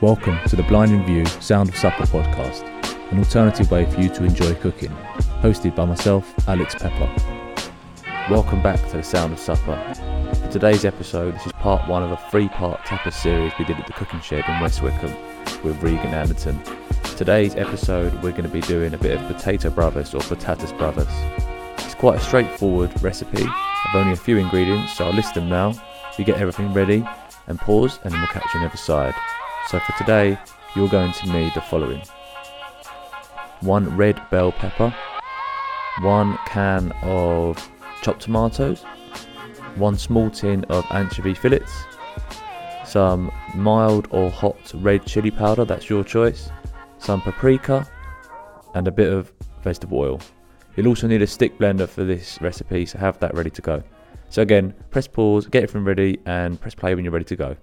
Welcome to the Blind and View Sound of Supper podcast, an alternative way for you to enjoy cooking, hosted by myself, Alex Pepper. Welcome back to the Sound of Supper. For today's episode, this is part one of a three-part tapas series we did at the Cooking Shed in West Wickham with Regan Anderton. Today's episode, we're going to be doing a bit of potato bravas or patatas bravas. It's quite a straightforward recipe. I've only a few ingredients, so I'll list them now. We get everything ready and pause, and then we'll catch you on the other side. So for today, you're going to need the following: one red bell pepper, one can of chopped tomatoes, one small tin of anchovy fillets, some mild or hot red chili powder, that's your choice, some paprika, and a bit of vegetable oil. You'll also need a stick blender for this recipe, so have that ready to go. So again, press pause, get everything ready, and press play when you're ready to go.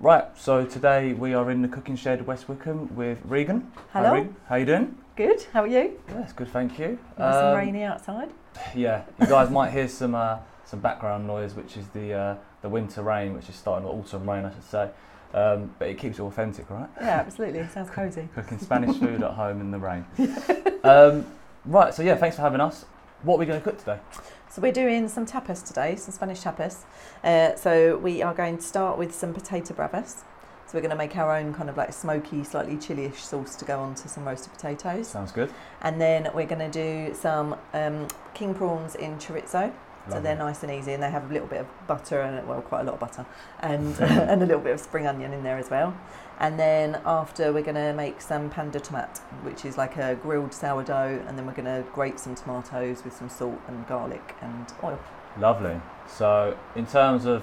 Right, so today we are in the cooking shed, West Wickham, with Regan. Hi, Hello. Regan. How you doing? Good. How are you? Yeah, it's good, thank you. Nice Um, and rainy outside. Yeah, you guys might hear some uh, some background noise, which is the uh, the winter rain, which is starting to autumn rain, I should say. Um, but it keeps it authentic, right? Yeah, absolutely. Sounds cosy. Cooking Spanish food at home in the rain. um, right, so yeah, thanks for having us. What are we going to cook today? So we're doing some tapas today, some Spanish tapas. Uh, so we are going to start with some potato bravas. So we're going to make our own kind of like smoky, slightly chili-ish sauce to go onto some roasted potatoes, Sounds good. and then we're going to do some um, king prawns in chorizo. So Lovely. they're nice and easy, and they have a little bit of butter and well, quite a lot of butter, and and a little bit of spring onion in there as well. And then after we're going to make some panda tomat, which is like a grilled sourdough, and then we're going to grate some tomatoes with some salt and garlic and oil. Lovely. So, in terms of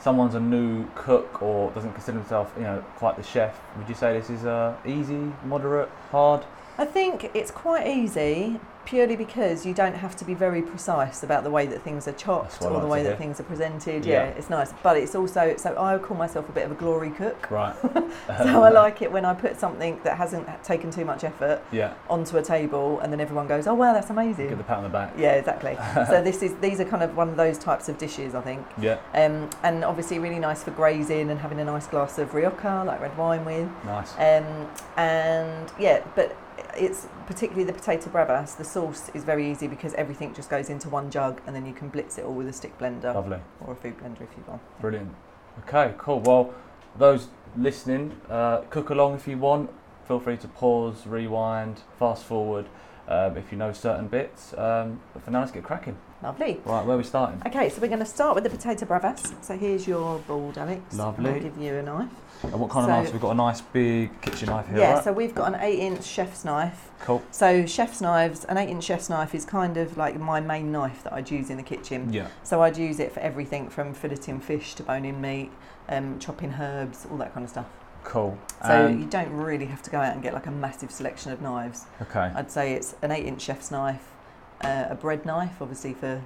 someone's a new cook or doesn't consider himself, you know, quite the chef, would you say this is uh, easy, moderate, hard? I think it's quite easy purely because you don't have to be very precise about the way that things are That's chopped what I or the like way to that hear. things are presented. Yeah. Yeah. it's nice, but it's also so I call myself a bit of a glory cook. Right. Um, So I like it when I put something that hasn't taken too much effort Yeah. onto a table and then everyone goes, "Oh wow, that's Get amazing." the pat on the back. Yeah, exactly. so this is these are kind of one of those types of dishes, I think. Yeah. Um, and obviously really nice for grazing and having a nice glass of rioja, like red wine with. Nice. Um, and yeah, but it's particularly the potato bravas. The sauce is very easy because everything just goes into one jug and then you can blitz it all with a stick blender Lovely. or a food blender if you want. Brilliant. Okay, cool. Well, those listening, uh, cook along if you want. Feel free to pause, rewind, fast forward um, if you know certain bits. Um, but for now, let's get cracking. Lovely. Right, where are we starting? Okay, so we're going to start with the potato bravas. So here's your board, Alex. and Lovely. I'll give you a knife. And what kind So- of knives? We've got a nice big kitchen knife here, yeah, right? so we've got an eight-inch chef's knife. cool. So chef's knives, an eight-inch chef's knife is kind of like my main knife that I'd use in the kitchen. Yeah. So I'd use it for everything from filleting fish to boning meat, um, chopping herbs, all that kind of stuff. Cool. Um, So And- you don't really have to go out and get like a massive selection of knives. okay. I'd say it's an eight-inch chef's knife, uh, a bread knife, obviously for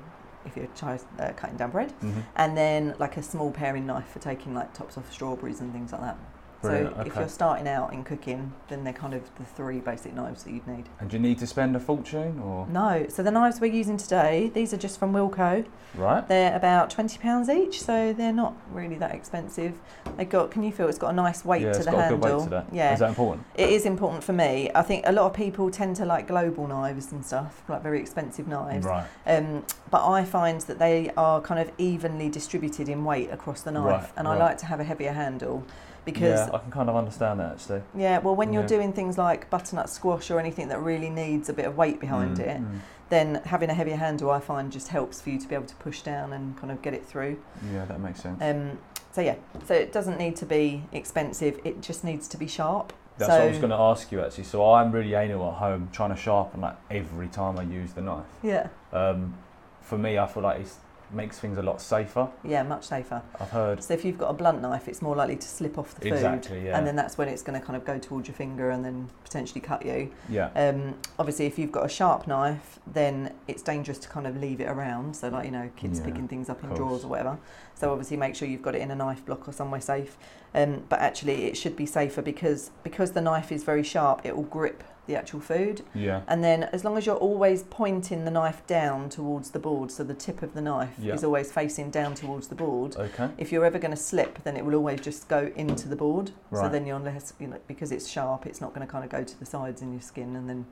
if you're chi- uh, cutting down bread, Mhm. and then like a small paring knife for taking like tops off strawberries and things like that. Brilliant, so if okay. you're starting out in cooking, then they're kind of the three basic knives that you'd need. And do you need to spend a fortune or? No, so the knives we're using today, these are just from Wilco. Right? They're about twenty pounds each, so they're not really that expensive. They got, can you feel it's got a nice weight yeah, to it's the got a handle? good weight to that. Yeah, Is that important? It is important for me. I think a lot of people tend to like global knives and stuff, like very expensive knives. Right. Um, but I find that they are kind of evenly distributed in weight across the knife, Right, and right. I like to have a heavier handle because. yeah, I can kind of understand that actually. yeah, well, when you're Yeah. doing things like butternut squash or anything that really needs a bit of weight behind Mm, it, mm. then having a heavier handle, I find, just helps for you to be able to push down and kind of get it through. Yeah, that makes sense. Um, so, yeah, so it doesn't need to be expensive, it just needs to be sharp. That's so, what I was going to ask you actually. So I'm really anal at home, trying to sharpen like every time I use the knife. Yeah, Um, for me, I feel like it makes things a lot safer. yeah, much safer. I've heard So if you've got a blunt knife, it's more likely to slip off the food. exactly, yeah, And then that's when it's going to kind of go towards your finger and then potentially cut you. yeah, Um, obviously, if you've got a sharp knife, then it's dangerous to kind of leave it around. So, like, you know, kids Yeah, picking things up of in drawers course. or whatever. So, obviously, make sure you've got it in a knife block or somewhere safe. Um, but actually, it should be safer because because the knife is very sharp, it will grip the actual food. Yeah. And then, as long as you're always pointing the knife down towards the board, so the tip of the knife Yeah. is always facing down towards the board. Okay. If you're ever going to slip, then it will always just go into the board. So Right. then you're less, you know, because it's sharp, it's not going to kind of go to the sides in your skin, and then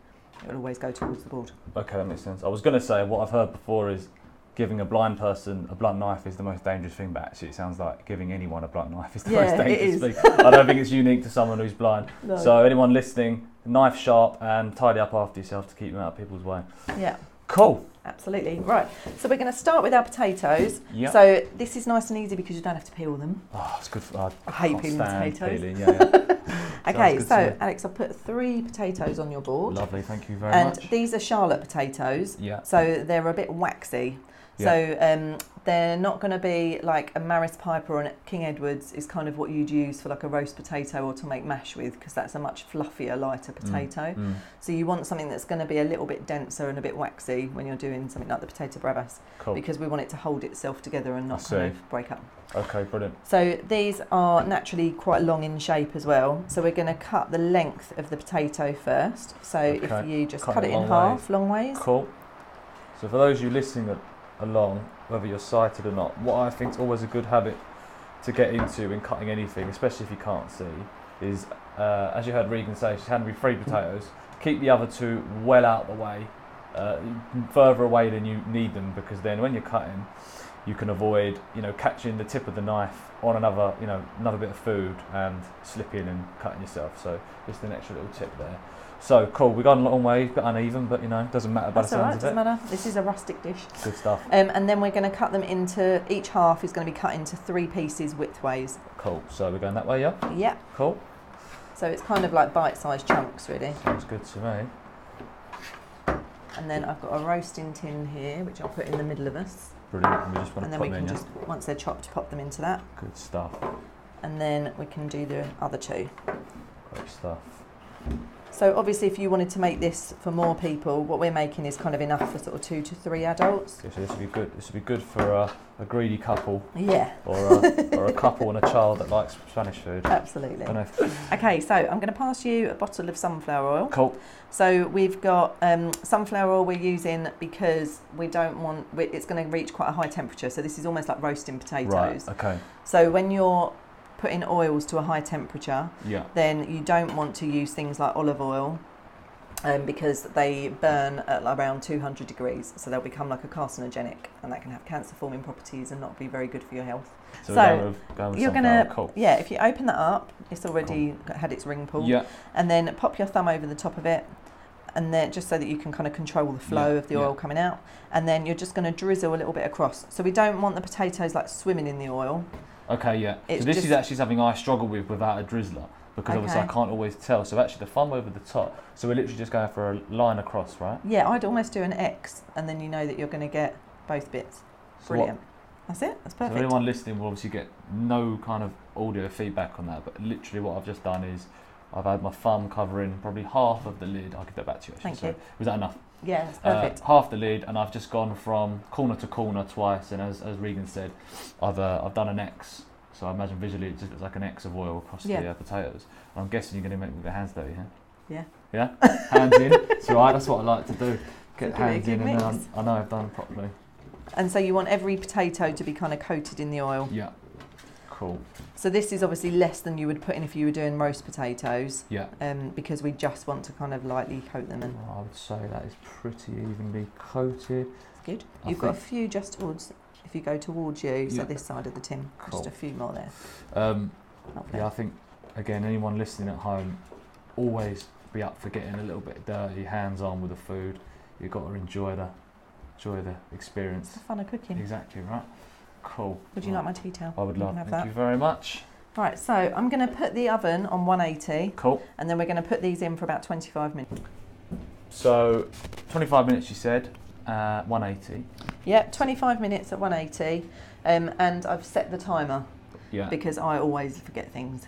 it'll always go towards the board. Okay, that makes sense. I was going to say what I've heard before is giving a blind person a blunt knife is the most dangerous thing, but actually it sounds like giving anyone a blunt knife is the Yeah, most it dangerous is. thing. I don't think it's unique to someone who's blind. No. So anyone listening, knife sharp and tidy up after yourself to keep them out of people's way. yeah, Cool. absolutely. Right. So we're going to start with our potatoes. Yeah. So this is nice and easy because you don't have to peel them. oh, it's good. For, I I hate can't peeling stand potatoes. peeling, yeah, yeah. Okay, good to so know. Alex, I've put three potatoes on your board. Lovely. Thank you very and much. these are Charlotte potatoes, Yeah. so they're a bit waxy. So um, they're not going to be like a Maris Piper or a King Edwards is kind of what you'd use for like a roast potato or to make mash with because that's a much fluffier, lighter potato. Mm, So you want something that's going to be a little bit denser and a bit waxy when you're doing something like the potato bravas cool. because we want it to hold itself together and Oh. I not see. kind of break up. Okay, brilliant. So these are naturally quite long in shape as well. So we're going to cut the length of the potato first. So if Okay. you just Cut cut, it it long in half, long ways. Cool. So for those of you listening a- along, whether you're sighted or not, what I think is always a good habit to get into in cutting anything, especially if you can't see, is uh, as you heard Regan say, she's handed me three potatoes. Keep the other two well out the way, uh, further away than you need them, because then when you're cutting, you can avoid, you know, catching the tip of the knife on another, you know, another bit of food and slipping and cutting yourself. So just an extra little tip there. So cool. We've gone a long way, bit uneven, but you know, doesn't matter by That's the all right, sounds doesn't of matter. This is a rustic dish. it. Good stuff. Um, and then we're going to cut them into, each half is going to be cut into three pieces widthways. Cool. So we're going that way, yeah. Yep. Cool. So it's kind of like bite sized chunks, really. Sounds good to me. And then I've got a roasting tin here, which I'll put in the middle of us. Brilliant. And we just want And to then put we them in. can yeah? just, once they're chopped, pop them into that. Good stuff. And then we can do the other two. Great stuff. So obviously, if you wanted to make this for more people, what we're making is kind of enough for sort of two to three adults. Okay, so this would be good. This would be good for uh, a greedy couple Yeah, or a, or a couple and a child that likes Spanish food. absolutely. I don't know if- Okay, so I'm going to pass you a bottle of sunflower oil. Cool. So we've got um, sunflower oil we're using because we don't want we- it's going to reach quite a high temperature. So this is almost like roasting potatoes. Right. Okay. So when you're putting oils to a high temperature, Yeah. then you don't want to use things like olive oil um, because they burn at around 200 degrees. So they'll become like a carcinogenic and that can have cancer forming properties and not be very good for your health. So, So, we're going with, going with You're sunflower. going to, Cool. yeah, if you open that up, it's already had its ring pulled Yeah. and then pop your thumb over the top of it and then just so that you can kind of control the flow Yeah, of the yeah. oil coming out and then you're just going to drizzle a little bit across so we don't want the potatoes like swimming in the oil Okay, yeah. It's so this just- is actually something I struggle with without a drizzler because obviously I Okay. can't always tell. So actually the thumb over the top. So we're literally just going for a line across, right? yeah i'd almost do an x and then you know that you're going to get both bits So what- brilliant that's it that's So perfect anyone listening will obviously get no kind of audio feedback on that, but literally what I've just done is I've had my thumb covering probably half of the lid. I'll give that back to you actually. Thank so you. was that enough? yeah that's Uh, perfect half the lid, and I've just gone from corner to corner twice. And as, as Regan said, I've uh, I've done an X. So I imagine visually it just looks like an X of oil across the Yeah. uh, potatoes. And I'm guessing you're going to make with your hands though, yeah? Yeah. Yeah. Hands in. It's all right. That's what I like to do. Give Get it a hands in, good and mix. then I I know I've done it properly. and so you want every potato to be kind of coated in the oil Yeah. Cool. so this is obviously less than you would put in if you were doing roast potatoes Yeah. um, because we just want to kind of lightly coat them and I would say that is pretty evenly coated. That's good. I You've got a think- few just towards, if you go towards you, so Yeah. this side of the tin, Cool. just a few more there. Um, Lovely. yeah, I think again, anyone listening at home, always be up for getting a little bit dirty, hands on with the food. You've got to enjoy the enjoy the It's experience. the fun of cooking. Exactly right. Cool. Would you Right. like my tea towel? I would You love. can have Thank that. you very much. Right, so I'm going to put the oven on 180 Cool. and then we're going to put these in for about 25 minutes. So, 25 minutes. You said uh, 180. Yep, 25 minutes at 180 um, and I've set the timer Yeah. because I always forget things.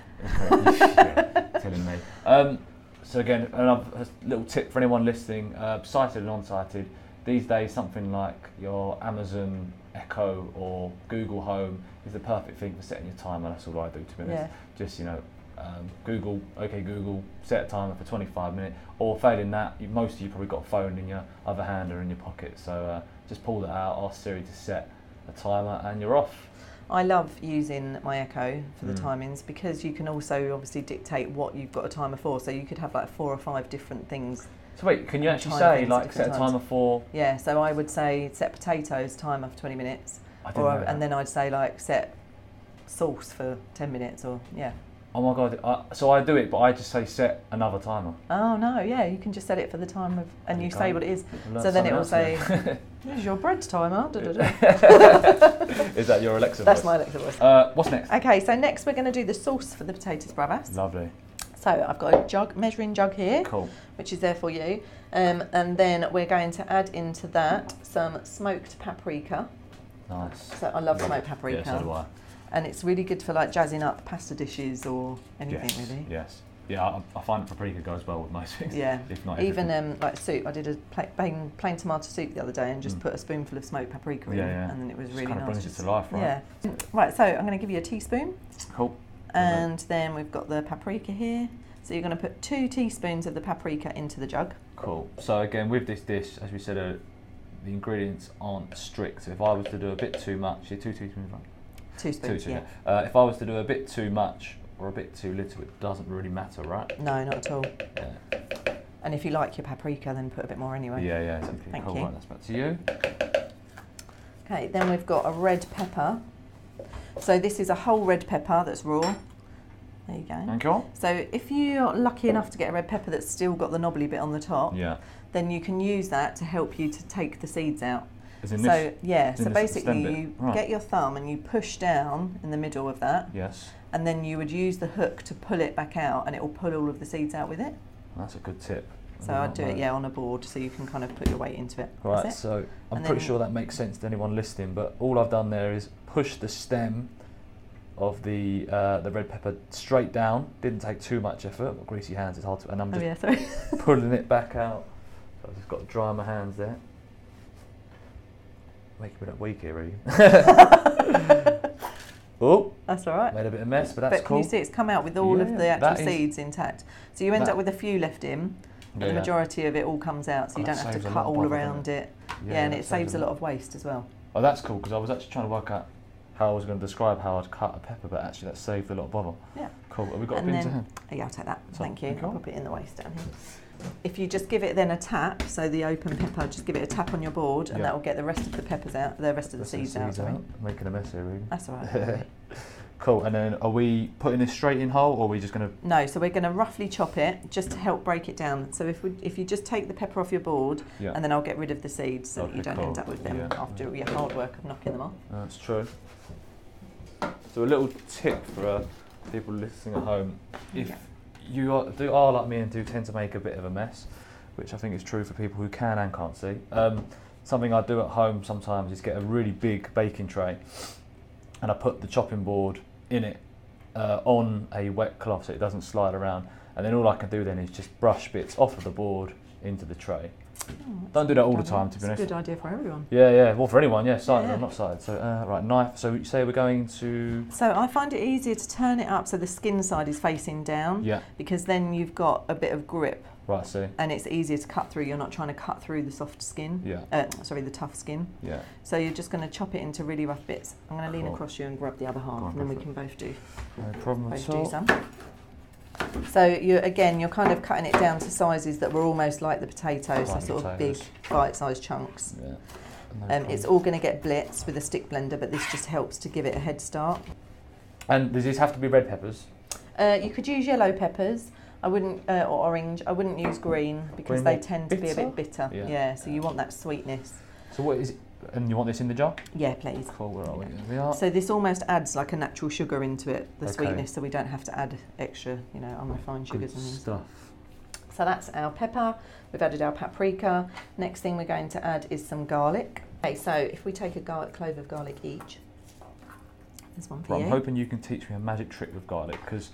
Okay. Yeah, Telling me. Um, so again, another little tip for anyone listening, uh, sighted and unsighted. These days, something like your Amazon Echo or Google Home is the perfect thing for setting your timer. That's all I do to be honest. Yeah. Just you know, Um, Google, okay, Google, set a timer for 25 minutes, or failing that, you, most of you probably got a phone in your other hand or in your pocket. So uh, just pull that out, ask Siri to set a timer, and you're off. I love using my Echo for the Mm. timings because you can also obviously dictate what you've got a timer for. So you could have like four or five different things. So wait, can you actually Timer say things at like set a different timer for? Yeah, so I would say set potatoes timer for 20 minutes, I didn't or know and that. then I'd say like set sauce for 10 minutes, or yeah. Oh my god! I, so I do it, but I just say set another timer. Oh no, yeah, you can just set it for the time of, and you Okay. say what it is. I've learned So then it will something else now. This is your bread timer. da, da, da. is that your Alexa? That's voice? my Alexa voice. Uh, what's next? Okay, so next we're going to do the sauce for the potatoes bravas. Lovely. So I've got a jug, measuring jug here. Cool. which is there for you. Um, and then we're going to add into that some smoked paprika. Nice. So I love smoked Yeah, paprika, so do I. and it's really good for like jazzing up pasta dishes or anything yes. really. Yes. Yeah, I, I find paprika goes well with most things. Yeah. If not Even everything. um, like soup, I did a pla- plain, plain tomato soup the other day and just Mm. put a spoonful of smoked paprika in, Yeah, yeah. and then it was Just really kinda nice. brings it just- to life, right? Yeah. Right. So I'm going to give you a teaspoon, Cool. um, and then we've got the paprika here. So you're going to put two teaspoons of the paprika into the jug. Cool. So again, with this dish, as we said, uh, the ingredients aren't strict. So if I was to do a bit too much, yeah, two teaspoons, right? Two Two, spoons. two. yeah. yeah. Uh, if I was to do a bit too much or a bit too little, it doesn't really matter, right? Uh, No, not at all. Yeah. And if you like your paprika, then put a bit more anyway. Yeah, yeah, exactly. Thank cool. you. Right, that's back to you. Okay, then we've got a red pepper. So this is a whole red pepper that's raw. There you go. And cool. So if you're lucky enough to get a red pepper that's still got the knobbly bit on the top, Yeah. then you can use that to help you to take the seeds out. Is in so this? yeah, it's in so this stem basically bit. you Right. get your thumb and you push down in the middle of that, Yes. and then you would use the hook to pull it back out, and it will pull all of the seeds out with it. That's a good tip. I So did I'd not do know it that. yeah on a board, so you can kind of put your weight into it. That's Right, it. so I'm And pretty then- sure that makes sense to anyone listening, but all I've done there is push the stem of the uh, the red pepper straight down. Didn't take too much effort, but greasy hands is hard to, and I'm Oh just yeah, sorry. pulling it back out. So I've just got to dry my hands there. Making me look weak here, are you? oh, That's all right. made a bit of mess, but that's but cool. can you see it's come out with all Yeah, of the that actual is- seeds intact? So you end that- up with a few left in, but Yeah. the majority of it all comes out, so Oh, you that don't have to saves a cut lot of all bother, doesn't around it. Yeah, and that it saves a lot of waste as well. Oh, that's cool because I was actually trying to work out how I was going to describe how I'd cut a pepper, but actually that saved a lot of bother. Yeah. Cool. Have we got and a pin then, to hand? Oh, yeah, I'll take that. So, Thank you. okay. I'll pop it in the waste down here. If you just give it then a tap, so the open pepper, just give it a tap on your board, and Yeah. that will get the rest of the peppers out, the rest of the Let's seeds, just out. sorry. Making a mess here, really. That's all right. Cool. And then are we putting this straight in whole, or are we just going to? no, so we're going to roughly chop it just to help break it down. So if we, if you just take the pepper off your board, Yeah. and then I'll get rid of the seeds so that Okay, you don't end cool. up with them Yeah. after your hard work of knocking them off. That's true. uh, So a little tip for uh, people listening at home: if Yeah. you are, do are like me and do tend to make a bit of a mess, which I think is true for people who can and can't see. Um, something I do at home sometimes is get a really big baking tray, and I put the chopping board in it uh, on a wet cloth so it doesn't slide around. And then all I can do then is just brush bits off of the board into the tray. Don't do that all the time, to be honest. It's a good idea for everyone. Yeah, yeah. Well, for anyone, yeah, sighted Yeah. or not sighted. So, uh, right, knife. So, you say we're going to. So I find it easier to turn it up so the skin side is facing down Yeah. because then you've got a bit of grip Right, see. and it's easier to cut through. You're not trying to cut through the soft skin, Yeah, uh, sorry, the tough skin. yeah. So you're just going to chop it into really rough bits. I'm going to lean Cool. across you and grab the other half, on, and then go we for it. can both do No problem both at do all. some. So you again, you're kind of cutting it down to sizes that were almost like the potatoes, Like so sort of big potatoes. bite-sized chunks. Yeah. No Um, it's problem. all going to get blitzed with a stick blender, but this just helps to give it a head start. And does this have to be red peppers? Uh, you could use yellow peppers. I wouldn't, uh, or orange. I wouldn't use green because Green they what? tend to be a bit bitter. Yeah. Yeah. so you want that sweetness. So what is? It? And you want this in the jar? Yeah, please. Cool. Where are we? Yeah. There we are. So this almost adds like a natural sugar into it, the Okay. sweetness, so we don't have to add extra, you know, unrefined Good sugars and things. stuff. So that's our pepper. We've added our paprika. Next thing we're going to add is some garlic. Okay, so if we take a garlic, clove of garlic each. There's one for Well, you. I'm hoping you can teach me a magic trick with garlic because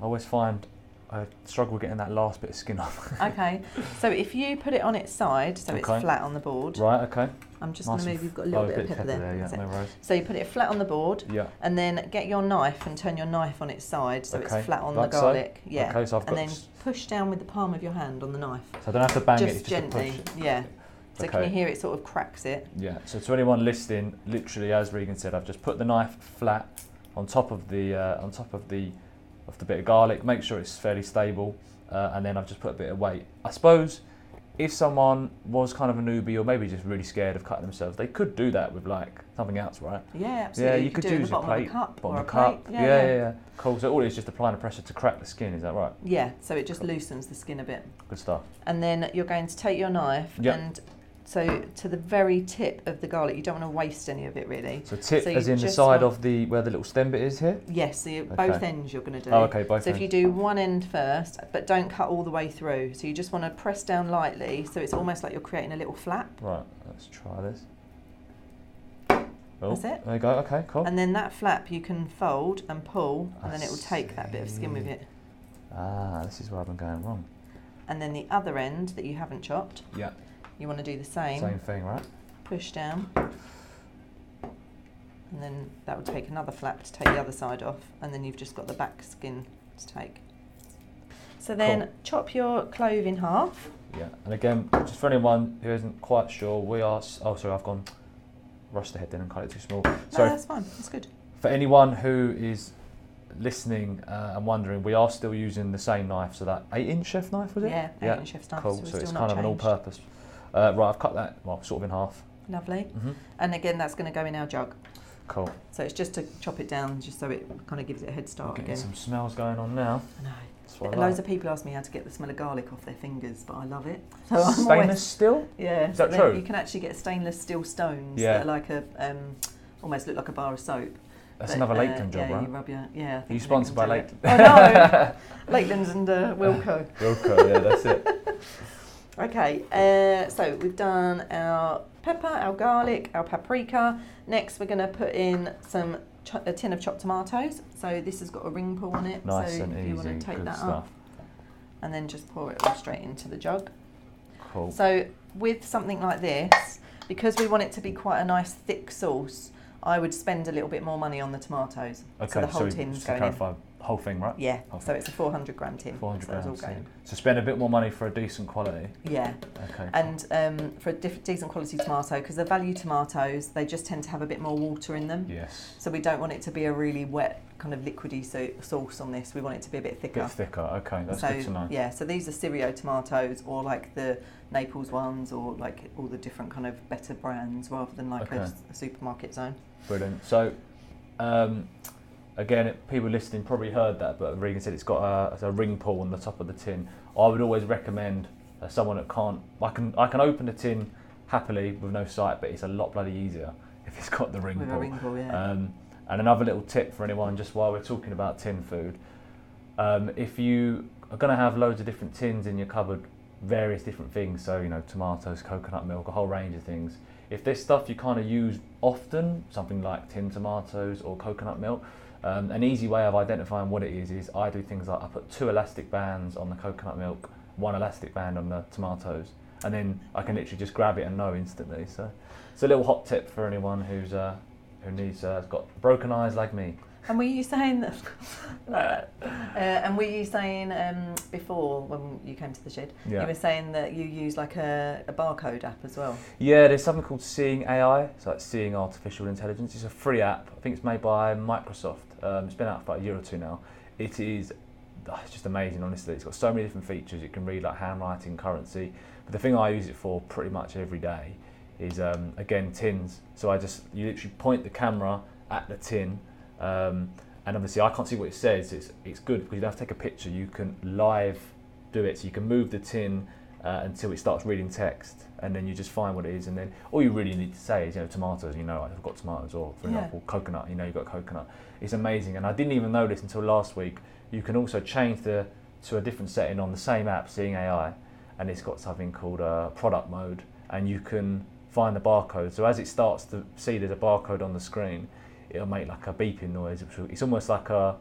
I always find I struggle getting that last bit of skin off. Okay, so if you put it on its side, so it's Okay. flat on the board, right. Okay. I'm just Nice going to and move. You've got a Oh, little bit of pepper there. yeah, That's it. no worries. So you put it flat on the board, Yeah. and then get your knife and turn your knife on its side so Okay, it's flat on like the so? garlic. Yeah. Okay, so I've And got. then s- push down with the palm of your hand on the knife, so I don't have to bang it. just It's just a gently. push. Yeah. So can Okay. you hear it sort of cracks it? Yeah. So to anyone listening, literally as Regan said, I've just put the knife flat on top of the uh, on top of the of the bit of garlic. Make sure it's fairly stable, uh, and then I've just put a bit of weight. I suppose if someone was kind of a newbie or maybe just really scared of cutting themselves, they could do that with like something else, right? Yeah, absolutely. you could, could do it in use the your bottom plate, of a cup Bottom or a of cup. plate. Yeah, yeah, yeah, Cool. So all it is just applying the pressure to crack the skin. Is that right? Yeah, so it just loosens the skin a bit. Good stuff. And then you're going to take your knife Yeah. and so to the very tip of the garlic. You don't want to waste any of it really. So tip So you as in the just side want- of the where the little stem bit is here. Yes, so you, Okay. both ends you're going to do. Oh, okay. Both. So if ends. you do one end first, but don't cut all the way through. So you just want to press down lightly, so it's almost like you're creating a little flap. Right, let's try this. Oh. That's it. There you go. Okay, cool. And then that flap you can fold and pull, and Oh. I then it will take that bit of skin with see. it. ah, this is where I've been going wrong. And then the other end that you haven't chopped, Yeah. you want to do the same. Same thing, right? Push down. And then that will take another flap to take the other side off, and then you've just got the back skin to take. So then chop your clove in half. Yeah. And again, just for anyone who isn't quite sure, we are. s- Oh, sorry, I've gone. Rushed ahead then and cut it too small. No, Sorry. that's fine. That's good. For anyone who is listening uh, and wondering, we are still using the same knife. So that eight-inch chef knife was it? Yeah, Yeah, yeah. chef's knife, Cool. so, we're So still it's not kind of an changed. all-purpose. Uh, right, I've cut that well, sort of in half. Lovely. Mm-hmm. And again, that's going to go in our jug. Cool. So it's just to chop it down, just so it kind of gives it a head We're start getting again. some smells going on now. I know. That's what I Loads like. of people ask me how to get the smell of garlic off their fingers, but I love it. So I'm Stainless always- steel. yeah. Is that so then true? You can actually get stainless steel stones Yeah. that are like a, um, almost look like a bar of soap. That's But, another uh, Lakeland job, yeah, right? You rub your, yeah. I think you Lakeland sponsored by do it. Lakeland? I know. Lakeland's and uh, Wilco. Okay, yeah, that's it. Okay, uh, so we've done our pepper, our garlic, our paprika. Next, we're going to put in some cho- a tin of chopped tomatoes. So this has got a ring pull on it. Nice so and if easy. you want to take good that stuff. up and then just pour it all straight into the jug. Cool. So with something like this, because we want it to be quite a nice thick sauce, I would spend a little bit more money on the tomatoes. okay, so the whole we- tin's just to going in. clarify, whole thing, right? Yeah, Whole so it's a 400 gram tin. 400 so that's all grams. yeah. going. So spend a bit more money for a decent quality. Yeah. Okay. and um, for a diff- decent quality tomato because the value tomatoes they just tend to have a bit more water in them yes. so we don't want it to be a really wet kind of liquidy so- sauce on this we want it to be a bit A bit thicker thicker. Okay, that's so good to know. yeah so these are Sirio tomatoes or like the Naples ones or like all the different kind of better brands rather than like a, Okay. s- a supermarket zone Brilliant. So, um, again, it- people listening probably heard that, but Regan said it's got a, it's a ring pull on the top of the tin. I would always recommend uh, someone that can't. I can I can open the tin happily with no sight, but it's a lot bloody easier if it's got the ring with pull. a ring ball yeah Um, and another little tip for anyone, just while we're talking about tin food, um, if you are going to have loads of different tins in your cupboard, various different things, so you know tomatoes, coconut milk, a whole range of things. If there's stuff you kind of use often, something like tin tomatoes or coconut milk, um, an easy way of identifying what it is is I do things like I put two elastic bands on the coconut milk, one elastic band on the tomatoes, and then I can literally just grab it and know instantly. So it's a little hot tip for anyone who's uh, who needs uh, has got broken eyes like me. and were you saying that uh, and were you saying um, before when you came to the shed You were saying that you use like a, a barcode app as well. Yeah, there's something called Seeing AI, so that's Seeing Artificial Intelligence. It's a free app. I think it's made by Microsoft. Um, it's been out for about a year or two now. It is ah, it's just amazing, honestly. It's got so many different features. It can read like handwriting, currency. But the thing I use it for pretty much every day is um, again tins. So I just you literally point the camera at the tin, um, and obviously I can't see what it says. It's it's good because you don't have to take a picture. You can live do it. So you can move the tin uh, until it starts reading text, and then you just find what it is, and then all you really need to say is, you know, tomatoes. You know, I've got tomatoes, or for Yeah. example, coconut. You know, you've got coconut. It's amazing, and I didn't even know this until last week. You can also change the to a different setting on the same app, Seeing AI, and it's got something called uh, product mode, and you can find the barcode. So as it starts to see there's a barcode on the screen, it'll make like a beeping noise. which will- It's almost like a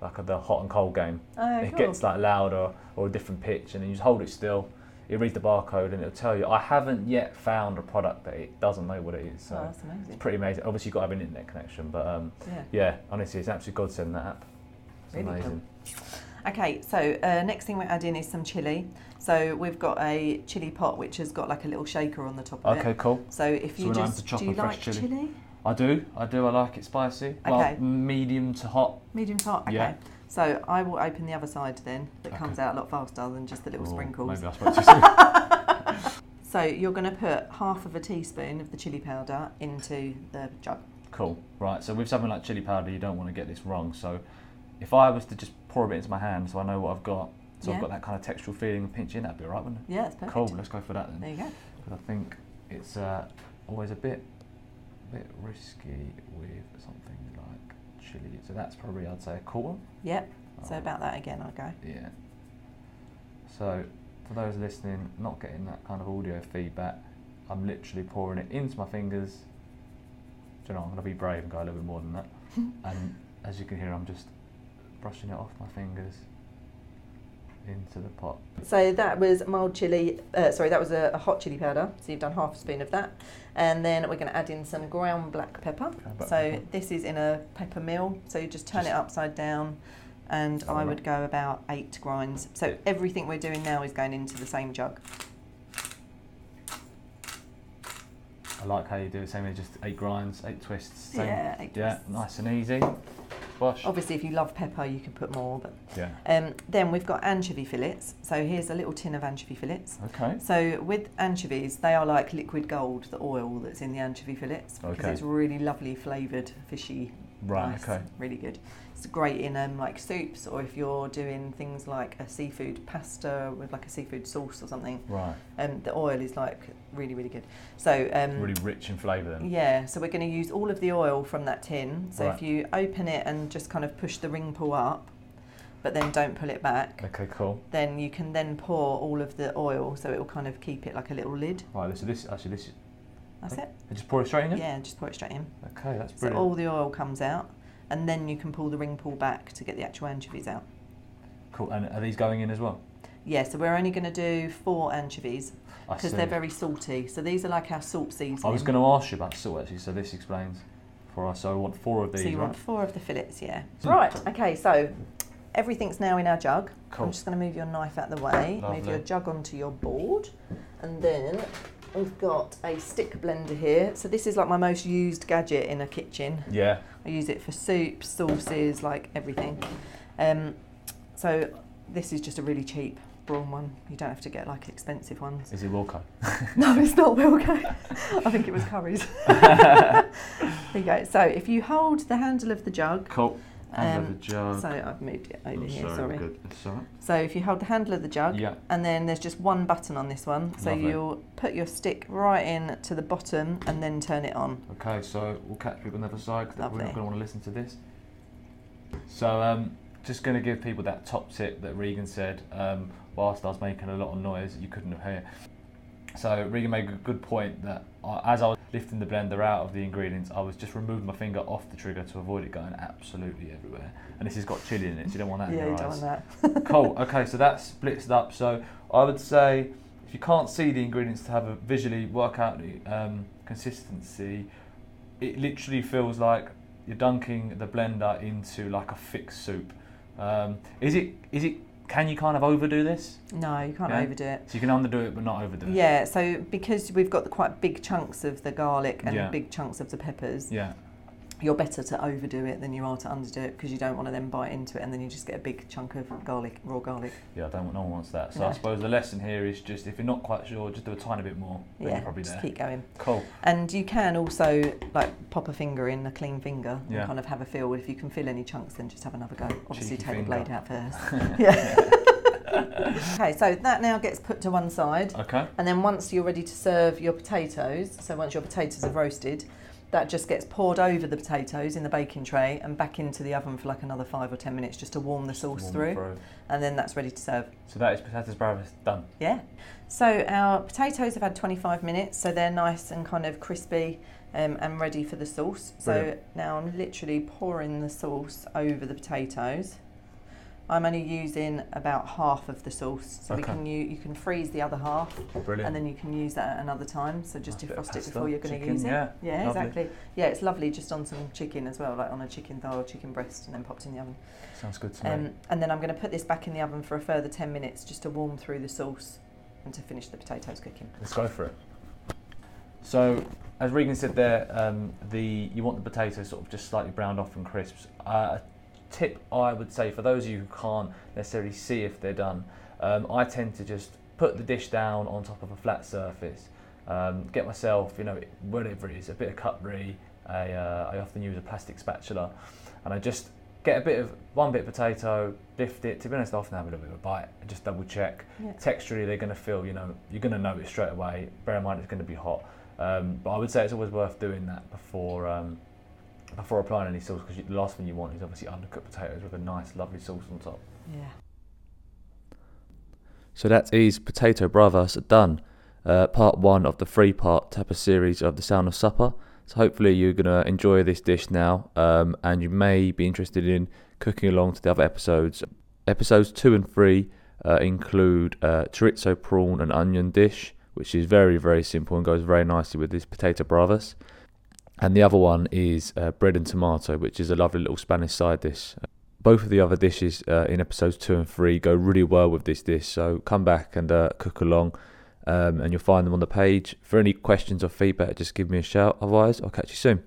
like a, the hot and cold game Oh, it gets like louder or a different pitch, and then you just hold it still. it reads the barcode and it'll tell you. I haven't yet found a product that it doesn't know what it is. So oh, that's it's amazing. pretty amazing. Obviously, you've got to have an internet connection, but um, Yeah. yeah, honestly, it's an absolute godsend that app. It's Really cool. amazing. Okay, so uh, next thing we're adding is some chili. So we've got a chili pot which has got like a little shaker on the top of Okay, it. cool. So if So you we don't have just to chop do you a fresh like chili? chili? I do, I do. I like it spicy. Well, Okay. medium to hot. Medium hot. Okay. Yeah. So I will open the other side then. That Okay. comes out a lot faster than just the little Or sprinkles. Maybe I spoke too soon. So you're going to put half of a teaspoon of the chili powder into the jug. Cool. Right. So with something like chili powder, you don't want to get this wrong. So if I was to just pour a bit into my hand, so I know what I've got, so I've Yeah. got that kind of textural feeling and pinch in, that'd be alright, wouldn't it? Yeah, that's perfect. Cool. Let's go for that There then. you go. 'Cause I think it's uh, always a bit, bit risky with something like chili. So that's probably I'd say a quarter. Yep. So Oh, about that again, I'll go. Yeah. So for those listening, not getting that kind of audio feedback, I'm literally pouring it into my fingers. Do you know, I'm gonna be brave and go a little bit more than that. and as you can hear, I'm just brushing it off my fingers into the pot. So that was mild chili. Uh, sorry, that was a, a hot chili powder. So you've done half a spoon of that, and then we're going to add in some ground black pepper. Ground black so pepper. this is in a pepper mill. So you just turn it Just- upside down, and Oh, I right. would go about eight grinds. So everything we're doing now is going into the same jug. I like how you do it, same as just eight grinds, eight twists. Same, Yeah, Oh. eight yeah, twists. nice and easy. Wash. Obviously, if you love pepper, you can put more. But Yeah. um, then we've got anchovy fillets. So here's a little tin of anchovy fillets. Okay. So with anchovies, they are like liquid gold, the oil that's in the anchovy fillets, because Okay. it's really lovely flavoured, fishy. Right. nice, Okay. Really good. It's great in um, like soups, or if you're doing things like a seafood pasta with like a seafood sauce or something. Right. Um, the oil is like really, really good. So um, Really rich in flavour then. yeah, so we're going to use all of the oil from that tin. So Right. if you open it and just kind of push the ring pull up, but then don't pull it back, Okay. Cool. then you can then pour all of the oil, so it will kind of keep it like a little lid. Right. So this actually this. That's it. I just pour it straight in. Yeah, it? just pour it straight in. Okay, that's So brilliant. all the oil comes out, and then you can pull the ring pull back to get the actual anchovies out. Cool. And are these going in as well? Yeah, so we're only going to do four anchovies I because see. they're very salty. So these are like our salt seasoning. I was going to ask you about salt actually, so this explains for us. So I want four of these, So you right? want four of the fillets, yeah. Hmm. Right, okay, so everything's now in our jug. Cool. I'm just going to move your knife out the way, move Lovely. your jug onto your board, and then we've got a stick blender here. So this is like my most used gadget in a kitchen. Yeah. I use it for soups, sauces, like everything. Um, so this is just a really cheap brawn one. You don't have to get like expensive ones. Is it Wilco? No, it's not Wilco. I think it was Curry's. there you go. So if you hold the handle of the jug, Cool. And um, the jug. so I've moved it over Uh, Oh, here. sorry, Sorry. Good. It's all right. So if you hold the handle of the jug, Yeah. and then there's just one button on this one. So Lovely. you'll put your stick right in to the bottom and then turn it on. Okay, so we'll catch people on the other side because we're Lovely. not going to want to listen to this. So, um, just going to give people that top tip that Regan said um, whilst I was making a lot of noise that you couldn't have heard. So, Regan made a good point that I, as I was lifting the blender out of the ingredients, I was just removing my finger off the trigger to avoid it going absolutely everywhere. And this has got chili in it, so you don't want that in yeah, your you eyes don't want that. cool. Okay, so that splits it up. So I would say if you can't see the ingredients to have a visually work out the um, consistency, it literally feels like you're dunking the blender into like a thick soup. Um, is it? Is it? Can you kind of overdo this? No, you can't Yeah. overdo it. So you can underdo it, but not overdo it. Yeah, so because we've got the quite big chunks of the garlic and Yeah. big chunks of the peppers, Yeah. you're better to overdo it than you are to underdo it because you don't want to then bite into it and then you just get a big chunk of garlic, raw garlic. Yeah. I don't. want- No one wants that. So I No. suppose the lesson here is just if you're not quite sure, just do a tiny bit more. then yeah, You're probably just there. keep going. Cool. And you can also like pop a finger in, a clean finger, Yeah. and kind of have a feel. If you can feel any chunks, then just have another go. Cheeky Obviously, take the finger. blade out first. yeah. okay, so that now gets put to one side. Okay. And then once you're ready to serve your potatoes, so once your potatoes are roasted, that just gets poured over the potatoes in the baking tray and back into the oven for like another five or ten minutes just to warm the sauce Warm through, and then that's ready to serve. So that is potatoes bravas done. Yeah. So our potatoes have had 25 minutes, so they're nice and kind of crispy um, and ready for the sauce. So Brilliant. now I'm literally pouring the sauce over the potatoes I'm only using about half of the sauce, so we Okay. can you, you can freeze the other half, Brilliant. and then you can use that at another time. So just Nice bit of defrost it pasta, before you're going to chicken, use it. yeah, lovely. exactly. Yeah, it's lovely just on some chicken as well, like on a chicken thigh or chicken breast, and then popped in the oven. Sounds good to me. Um, and then I'm going to put this back in the oven for a further 10 minutes just to warm through the sauce and to finish the potatoes cooking. Let's go for it. So, as Regan said there, um, the you want the potatoes sort of just slightly browned off and crisps. Uh, a tip I would say for those of you who can't necessarily see if they're done, um, I tend to just put the dish down on top of a flat surface. Um, get myself, you know, whatever it is, a bit of cutlery. I, uh, I often use a plastic spatula, and I just get a bit of one bit of potato, lift it. To be honest, I often have a little bit of a bite. I just double check Yeah. texturally they're going to feel you know you're going to know it straight away bear in mind it's going to be hot um, but i would say it's always worth doing that before um, before applying any sauce because the last thing you want is obviously undercooked potatoes with a nice lovely sauce on top Yeah. so that is potato bravas done uh, part one of the three part tapa series of the sound of supper so hopefully you're going to enjoy this dish now um, and you may be interested in cooking along to the other episodes episodes two and three uh, include uh, chorizo prawn and onion dish, which is very very simple and goes very nicely with this potato bravas. And the other one is uh, bread and tomato, which is a lovely little Spanish side dish. Both of the other dishes uh, in episodes two and three go really well with this dish, so come back and uh, cook along, um, and you'll find them on the page. For any questions or feedback, just give me a shout. Otherwise, I'll catch you soon.